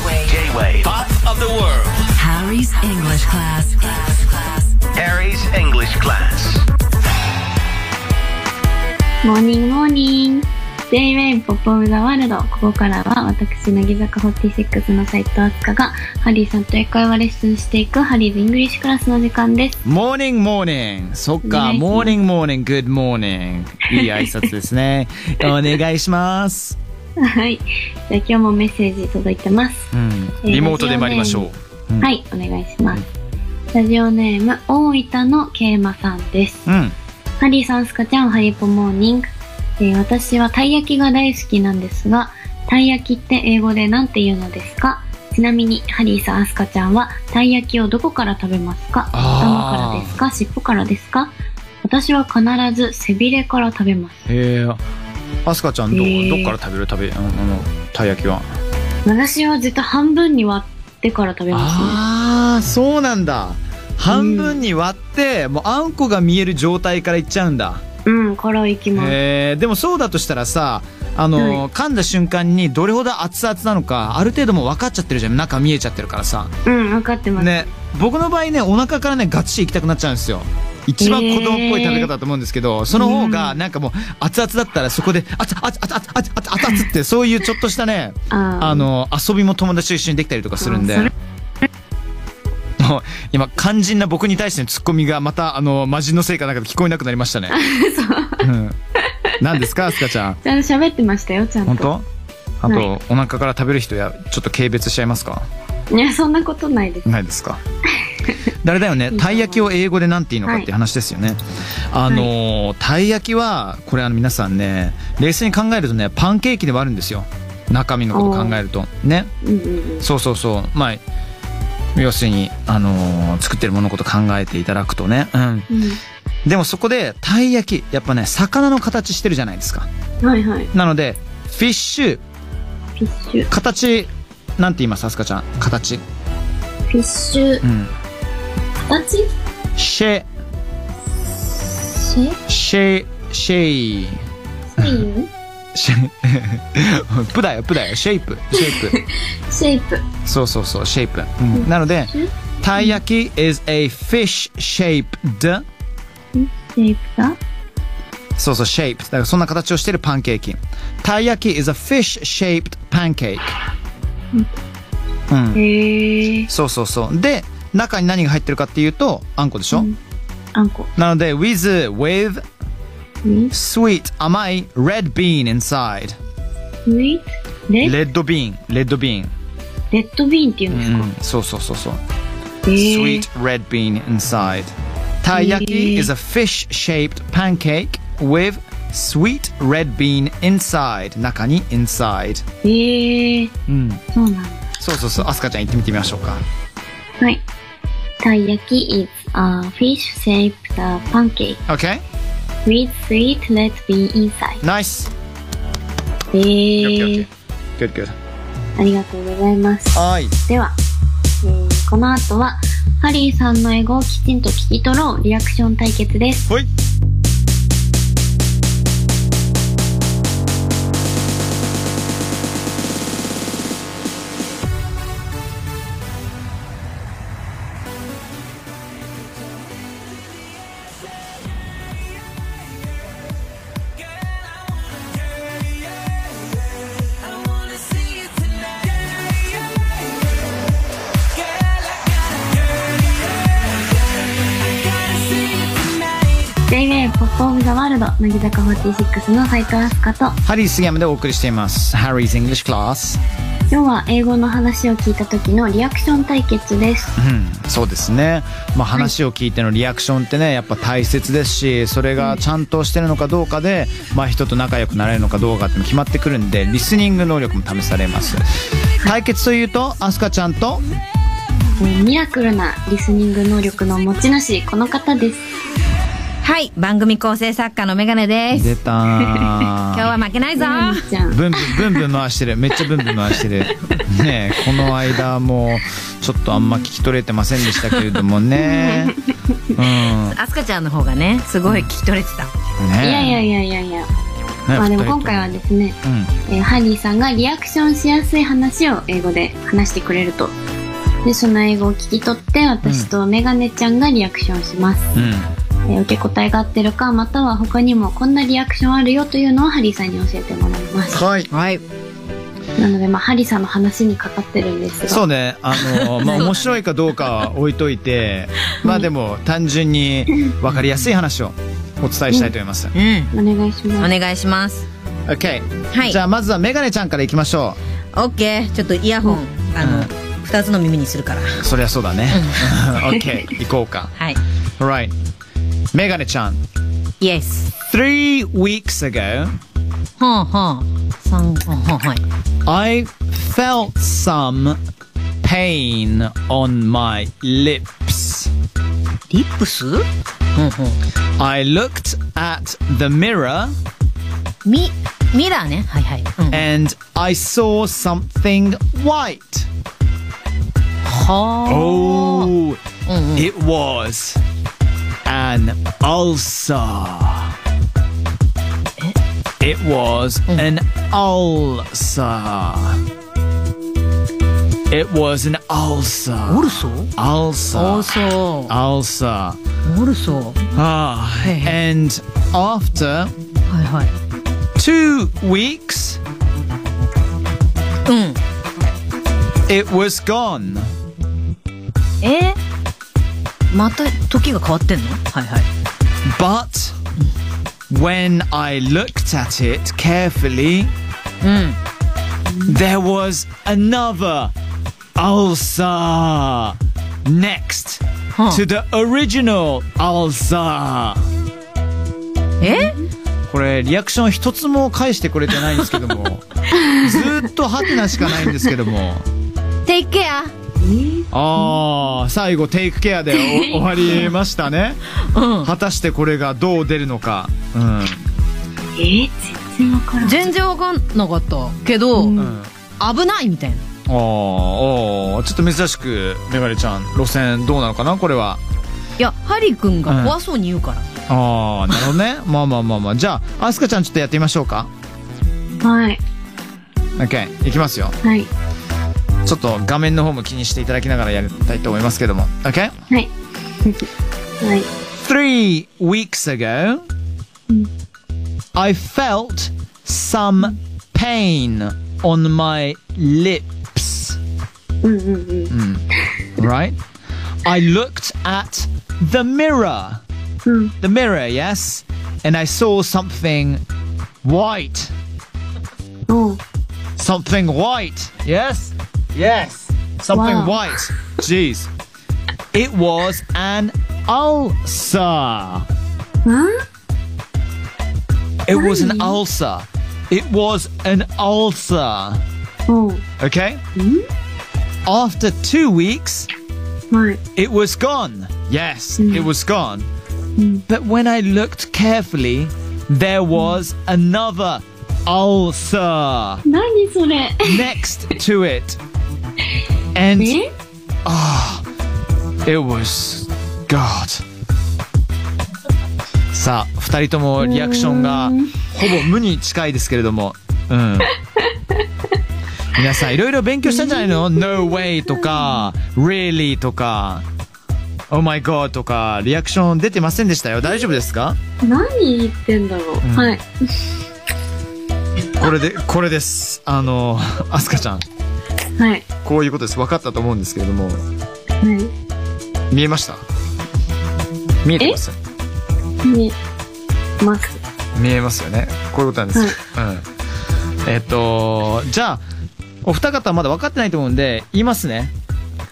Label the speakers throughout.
Speaker 1: wave.
Speaker 2: Pop of the world.
Speaker 3: Harry's English class.
Speaker 1: Harry's English class.
Speaker 4: モーニングモーニング J-WAVE ポップオブザワールドここからは私乃木坂46の斉藤飛鳥がハリーさんと英会話レッスンしていくハリーズイングリッシュクラスの時間です
Speaker 5: モーニングモーニングそっ
Speaker 4: お願
Speaker 5: か
Speaker 4: いします
Speaker 5: モーニングモーニンググッドモーニングいい挨拶です ねお願いします、
Speaker 4: はいじゃあ今日もメッセージ届いてます、
Speaker 5: うん、
Speaker 4: えー
Speaker 5: リモートで参りましょう、うん
Speaker 4: はいお願いしますラジオネーム大分のけいまさんです
Speaker 5: うん
Speaker 4: ハリーさん、スカちゃん、ハリポモーニング。えー私はたい焼きが大好きなんですが、たい焼きって英語で何て言うのですかちなみに、ハリーさん、アスカちゃんは、たい焼きをどこから食べますか頭
Speaker 5: あ
Speaker 4: か
Speaker 5: ー
Speaker 4: らですか尻尾からですか私は必ず背びれから食べます。
Speaker 5: へえアスカちゃんど,、
Speaker 4: へえ
Speaker 5: どっから食べる食べあのあのたい焼きは
Speaker 4: 私は絶対半分に割ってから食べますね。
Speaker 5: ああそうなんだ半分に割って、もうあんこが見える状態からいっちゃうんだ
Speaker 4: うん、からいきます。
Speaker 5: えーでもそうだとしたらさあの、
Speaker 4: は
Speaker 5: 噛んだ瞬間にどれほど熱々なのかある程度もう分かっちゃってるじゃん中見えちゃってるからさ
Speaker 4: うん、わかってます。
Speaker 5: ね僕の場合ねお腹からねガチ行きたくなっちゃうんですよ一番子供っぽい食べ方だと思うんですけど、その方がなんかもう熱々だったらそこで「熱々熱々熱々熱々」ってそういうちょっとしたね
Speaker 4: あー
Speaker 5: あの遊びも友達と一緒にできたりとかするんで
Speaker 4: あー。
Speaker 5: もう今肝心な僕に対してのツッコミがまたあの魔人のせいかなんかで聞こえなくなりました ね。うん何ですかアスカちゃん。
Speaker 4: ちゃんと喋ってましたよ、ちゃん
Speaker 5: 本
Speaker 4: と。
Speaker 5: 当？あと、
Speaker 4: はい
Speaker 5: お腹から食べる人やちょっと軽蔑しちゃいますか？
Speaker 4: いや、そんなことないです。
Speaker 5: ないですか。 誰だよね。たい焼きを英語でなんて言うのかっていう話ですよね。あのーたい焼きはこれあの皆さんね冷静に考えるとねパンケーキではあるんですよ。中身のこと考えるとね。
Speaker 4: うんうんうん。
Speaker 5: そうそうそうまあ要するに、あのー作ってるもののこと考えていただくとね、うん、
Speaker 4: う
Speaker 5: でもそこでたい焼きやっぱね魚の形してるじゃないですか
Speaker 4: ん、はいはい。
Speaker 5: なのでフィッシュ
Speaker 4: フィッシュ。
Speaker 5: 形なんて言いますアスカちゃん形
Speaker 4: フィッシュ
Speaker 5: うん
Speaker 4: 形
Speaker 5: シェ
Speaker 4: シェ
Speaker 5: シェシェイ
Speaker 4: イン
Speaker 5: シェ プだよプだよシェイプシェイプ
Speaker 4: シェイプ
Speaker 5: そうそうそうシェイプ、うんなので
Speaker 4: シ
Speaker 5: たい焼き is a fish shaped
Speaker 4: ェイプだ
Speaker 5: そうそう、シェイプ。だからそんな形をしてるパンケーキ。たい焼き is a fish shaped pancake。うん。
Speaker 4: へえ
Speaker 5: そうそうそう。で、中に何が入ってるかっていうと、あんこでしょ、
Speaker 4: あんこ
Speaker 5: なので、with, with, sweet, 甘い、red bean inside。
Speaker 4: ウイレレ
Speaker 5: レッドビーン、レッドビーン。
Speaker 4: ッドビーンっていうん
Speaker 5: う
Speaker 4: ですか、
Speaker 5: ん、そうそうそうそう。
Speaker 4: へえ
Speaker 5: sweet red bean inside. たい焼き is a fish shaped pancake with sweet red bean inside. 中に inside。
Speaker 4: へえ
Speaker 5: うん。
Speaker 4: そうなんだ
Speaker 5: そうそうそう、アスカちゃん行ってみてみましょうか。
Speaker 4: はいたい焼き is a fish shaped pancake
Speaker 5: OK?
Speaker 4: with sweet red bean inside
Speaker 5: ナイス
Speaker 4: へえ
Speaker 5: Good, good.
Speaker 4: ありがとうございます
Speaker 5: はい。
Speaker 4: では、えーこの後はハリーさんの英語をきちんと聞き取ろうリアクション対決です
Speaker 5: ほい。
Speaker 4: J-WAVE ポップオブザワールド乃木坂46の斉藤飛鳥と
Speaker 5: ハリー杉山でお送りしています。Harry's English Class。
Speaker 4: 今日は英語の話を聞いた時のリアクション対決です
Speaker 5: うん、そうですね。まあ話を聞いてのリアクションってね、やっぱ大切ですし、それがちゃんとしてるのかどうかで、まあ人と仲良くなれるのかどうかっても決まってくるんで、リスニング能力も試されます。対決というと、アスカちゃんと、
Speaker 4: えーミラクルなリスニング能力の持ち主この方です
Speaker 3: はい、番組構成作家のメガネです。
Speaker 5: 出た今
Speaker 3: 今日は負けないぞ。
Speaker 4: みーちゃん
Speaker 5: ブンブンブンブン回してるめっちゃブンブン回してるねえこの間もちょっとあんま聞き取れてませんでしたけれどもねうんね
Speaker 3: アスカちゃんの方がね、すごい聞き取れてた。
Speaker 4: いやいやいやいやいや
Speaker 5: ね
Speaker 4: まあでも
Speaker 5: 二人とも
Speaker 4: 今回はですね、
Speaker 5: うん
Speaker 4: えーハリーさんがリアクションしやすい話を英語で話してくれると。で、その英語を聞き取って、私とメガネちゃんがリアクションします。
Speaker 5: うん
Speaker 4: えー受け答えが合ってるか、または他にもこんなリアクションあるよというのをハリーさんに教えてもらいます。
Speaker 5: はい
Speaker 3: はい。
Speaker 4: なので、まあ、ハリーさんの話にかかってるんですが。
Speaker 5: そうねあのまあ面白いかどうかは置いといてまあでも単純に分かりやすい話をお伝えしたいと思います、
Speaker 3: うん。
Speaker 4: お願いし
Speaker 3: お
Speaker 4: ます。
Speaker 3: 願いします。
Speaker 5: OK、
Speaker 3: はい
Speaker 5: じゃあまずはメガネちゃんからいきましょ
Speaker 3: オッケー。ちょっとイヤホン、あの、二つの耳にするから。
Speaker 5: うそりゃそうだね OK 行こうか
Speaker 3: はい。
Speaker 5: Right メガネちゃん
Speaker 3: Yes.
Speaker 5: Three weeks ago
Speaker 3: ほんほん。三ほんほんはい。
Speaker 5: I felt some pain on my lips.
Speaker 3: リップスほんほん。
Speaker 5: I looked at the mirror
Speaker 3: ミ、ミラーね。はいはい。うん
Speaker 5: and I saw something white.
Speaker 3: は
Speaker 5: Oh,
Speaker 3: あ。うんうん。
Speaker 5: it was an ulcer. It was
Speaker 3: Mm.
Speaker 5: an ulcer. It was an ulcer.
Speaker 3: モルソー
Speaker 5: Ulcer.
Speaker 3: おそ
Speaker 5: Ulcer.
Speaker 3: う。モルソー。
Speaker 5: Ah,
Speaker 3: Hey, hey.
Speaker 5: and after
Speaker 3: はいはい。
Speaker 5: two weeks,
Speaker 3: うん。
Speaker 5: it was gone.
Speaker 3: えまた時が変わってんのはいはい。
Speaker 5: But when I looked at it carefully,
Speaker 3: うん。
Speaker 5: there was another ulcer next
Speaker 3: Huh.
Speaker 5: to the original ulcer.
Speaker 3: え
Speaker 5: これリアクション一つも返してくれてないんですけどもずーっとハテナしかないんですけども
Speaker 3: ?Take care!
Speaker 5: ああ最後テイクケアでお終わりましたね
Speaker 3: う
Speaker 5: 果たしてこれがどう出るのか、うん
Speaker 4: えー、全然わから
Speaker 3: ん。
Speaker 4: ん。
Speaker 3: 全然わかんなかったけど、
Speaker 5: うん、
Speaker 3: 危ないみたいな。
Speaker 5: あーあーちょっと珍しくメガネちゃん路線どうなのかなこれはい
Speaker 3: や、ハリー君が怖そうに言うから。
Speaker 5: ああなるほど ねまあまあまあまあじゃあアスカちゃんちょっとやってみましょうか
Speaker 4: はい。
Speaker 5: OK いきますよ
Speaker 4: はい。
Speaker 5: ちょっと画面の方も気にしていただきながらやりたいと思いますけども OK?
Speaker 4: はい。はい。
Speaker 5: Three weeks ago I felt some pain on my lips
Speaker 4: うんうんうん。
Speaker 5: right? I looked at the mirror.
Speaker 4: Hmm.
Speaker 5: The mirror, yes? And I saw something white.
Speaker 4: おう
Speaker 5: Something white. Yes? Yes. Something
Speaker 4: Wow.
Speaker 5: white. Jeez. It was an ulcer.
Speaker 4: ん
Speaker 5: It was an ulcer. It was an ulcer.
Speaker 4: おう
Speaker 5: Okay?
Speaker 4: Hmm?
Speaker 5: After two weeks,
Speaker 4: はい。
Speaker 5: It was gone. Yes, it was gone. But when I looked carefully, there was another ulcer
Speaker 4: 何それ
Speaker 5: next to it. And
Speaker 4: え
Speaker 5: it was God. さあ、二人ともリアクションがほぼ無に近いですけれども、うん。 皆さんいろいろ勉強したんじゃないの ?No way とか、Really とか、Oh my god とか、リアクション出てませんでしたよ。大丈夫ですか
Speaker 4: 何言ってんだろう、はい。
Speaker 5: これで、これです。あの、アスカちゃん、
Speaker 4: はい。
Speaker 5: こういうことです。分かったと思うんですけれども、
Speaker 4: はい。
Speaker 5: 見えました見えてます
Speaker 4: 見ます。
Speaker 5: 見えますよねこういうことなんですよ、うん、えっとじゃあお二方まだ分かってないと思うんで言いますね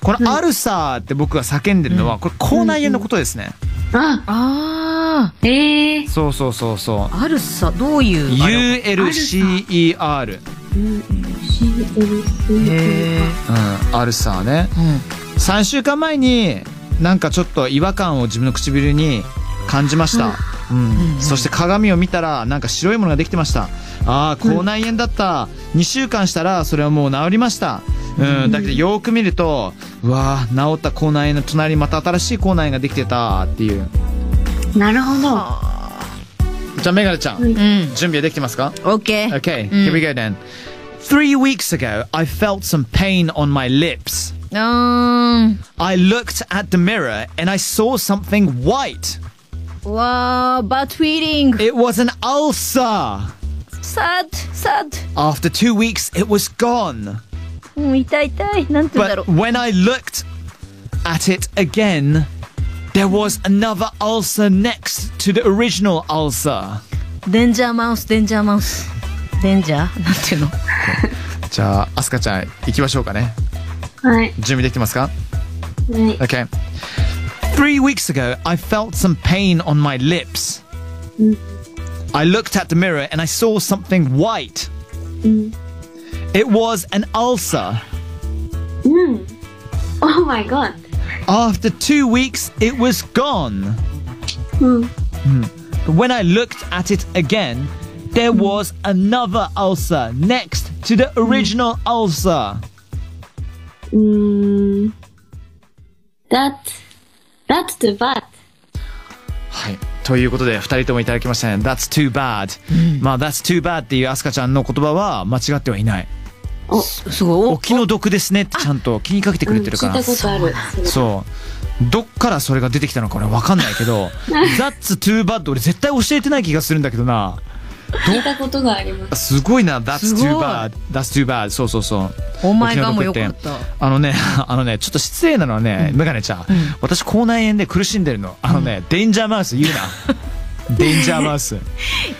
Speaker 5: この「アルサー」って僕が叫んでるのは、これ口内炎のことですね、
Speaker 4: あ、
Speaker 3: あ
Speaker 4: ええ
Speaker 5: そうそうそうそ
Speaker 3: ー、あるさ、どういううあれ
Speaker 5: ULCER
Speaker 3: へー
Speaker 5: うんアルサーね
Speaker 3: うん。
Speaker 5: 3週間前になんかちょっと違和感を自分の唇に感じました、うんそして鏡を見たらなんか白いものができてましたああ口内炎だった、2週間したらそれはもう治りました、うん、だけどよーく見るとうわあ治った口内炎の隣にまた新しい口内炎ができてたっていう
Speaker 4: なるほど。
Speaker 5: ちじゃあメガネちゃん、準
Speaker 3: うん。
Speaker 5: 備はできてますか
Speaker 3: OK。
Speaker 5: Okay,
Speaker 3: うん
Speaker 5: here we go then. Three weeks ago, I felt some pain on my lips.
Speaker 3: うーん。
Speaker 5: I looked at the mirror and I saw something white.
Speaker 3: わー、バットフィーリング。
Speaker 5: It was an ulcer.
Speaker 3: サッ、サ
Speaker 5: After two weeks, it was gone.
Speaker 3: ッ。うん、痛い痛い。なんて言うんだろ
Speaker 5: But when I looked at it again, there was another ulcer next to the original ulcer.
Speaker 3: う。デンジャーマウス、デンジャーマウス。デンジャーなんていうの
Speaker 5: じゃあ、アスカちゃん、行きましょうかね。
Speaker 4: はい。
Speaker 5: 準備できてます
Speaker 4: は
Speaker 5: か
Speaker 4: い。
Speaker 5: Okay. Three weeks ago, I felt some pain on my lips. I looked at the mirror and I saw something white. It was an ulcer.
Speaker 4: うん。Oh my god.
Speaker 5: After two weeks, it was gone.
Speaker 4: うん。
Speaker 5: But when I looked at it again, there was another ulcer next to the original ulcer.
Speaker 4: うーん。that, that's too bad.
Speaker 5: はい。ということで、二人ともいただきましたね。That's too bad. まあ、That's too bad っていうアスカちゃんの言葉は間違ってはいない。
Speaker 3: すごい。
Speaker 5: お気の毒ですねってちゃんと気にかけてくれてるか
Speaker 4: 聞
Speaker 5: ら
Speaker 4: いたことある。そ
Speaker 5: そうどっからそれが出てきたのか俺わかんない けど「That's too bad」俺絶対教えてない気がするんだけどな
Speaker 4: れ聞いたことがあります。
Speaker 5: すごいな「That's
Speaker 3: すごい
Speaker 5: too bad」「That's too bad」そうそうそう
Speaker 3: お前がも
Speaker 5: 沖
Speaker 3: よ
Speaker 5: 縄
Speaker 3: か
Speaker 5: の
Speaker 3: っ
Speaker 5: 毒
Speaker 3: た。
Speaker 5: あのね あのねちょっと失礼なのはね、メガネちゃん、私口内炎で苦しんでるのあのね、デンジャーマウス言う なデンジャーマウス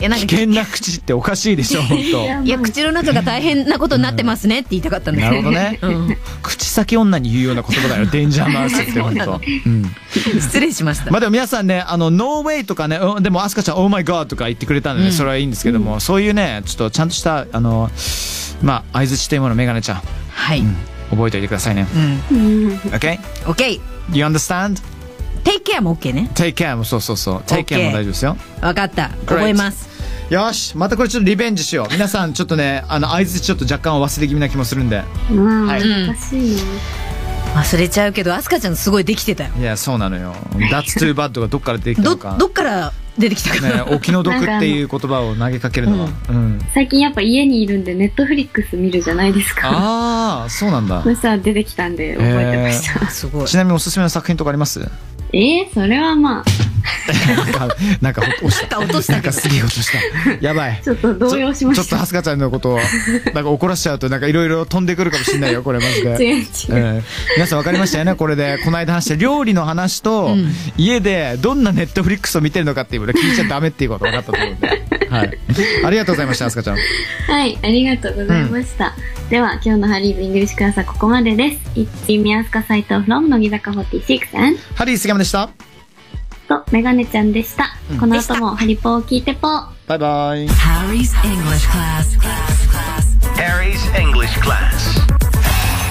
Speaker 3: え、なん
Speaker 5: 危
Speaker 3: か、
Speaker 5: 険な口っておかしいでしょ本当
Speaker 3: いや、口の中が大変なことになってますねって言いたかったんだ
Speaker 5: なるほどね、
Speaker 3: うん
Speaker 5: 口先女に言うような言葉だ よデンジャーマウスって本当うん
Speaker 3: 失礼しました
Speaker 5: ま。あでも皆さんね、あの、ノーウェイとかね、うんでもアスカちゃん、オーマイガーとか言ってくれたんでね、それはいいんですけども、そういうね、ちょっとちゃんとした、あの、まあ、相づちというものをメガネちゃん、
Speaker 3: はい。
Speaker 5: 覚えておいてくださいね。
Speaker 3: うん。
Speaker 5: OK?
Speaker 3: OK。
Speaker 5: You understand?
Speaker 3: Take care も OK ね。
Speaker 5: Take care もそうそうそう。Take care も大
Speaker 3: OK
Speaker 5: 丈夫ですよ。
Speaker 3: わかった。覚えます。
Speaker 5: よし、またこれちょっとリベンジしよう。皆さん、ちょっとね、あの、相づちちょっと若干忘れ気味な気もするんで。
Speaker 4: うん。
Speaker 5: はい
Speaker 4: 難しいな。
Speaker 3: 忘れちゃうけど、アスカちゃんすごいできてたよ。
Speaker 5: いや、そうなのよ。That's too bad がどっから出てきた
Speaker 3: ど、
Speaker 5: のか。
Speaker 3: どっから出てきたか
Speaker 5: ね
Speaker 3: な、。
Speaker 5: お気の毒っていう言葉を投げかけるのは。うん。
Speaker 4: 最近やっぱ家にいるんで、ネットフリックス見るじゃないですか。
Speaker 5: ああ、そうなんだ
Speaker 4: そ。したら出てきたんで、覚えてました。
Speaker 3: すごい
Speaker 5: ち。なみにおすすめの作品とかあります
Speaker 4: えー、それはまあ、
Speaker 5: なんか、なんか落とした。
Speaker 3: なんか落とした
Speaker 5: なん
Speaker 3: けど
Speaker 5: かすげえ落とした。やばい。
Speaker 4: ちょっと動揺しま
Speaker 5: ちょ
Speaker 4: し
Speaker 5: ちょっ
Speaker 4: た。
Speaker 5: とはすかちゃんのことを、なんか怒らしちゃうと、なんかいろいろ飛んでくるかもしれないよ、これマジ で。
Speaker 4: 違う違う。
Speaker 5: うん皆さん分かりましたよねこれでこの間話した料理の話と、家でどんなネットフリックスを見てるのかっていうこと聞いちゃダメっていうこと分かったと思うんで、 はい、ありがとうございましたあすかちゃん
Speaker 4: はい、ありがとうございました。では、今日のハリーズイングリッシュクラスはここまでです。いっちみやすか斎藤 from 乃木坂46 and
Speaker 5: ハリー杉山でした
Speaker 4: とメガネちゃんでした。この
Speaker 3: でした
Speaker 4: 後もハリポーを聞いてぽー。
Speaker 5: バイバイ
Speaker 1: Harry's English class.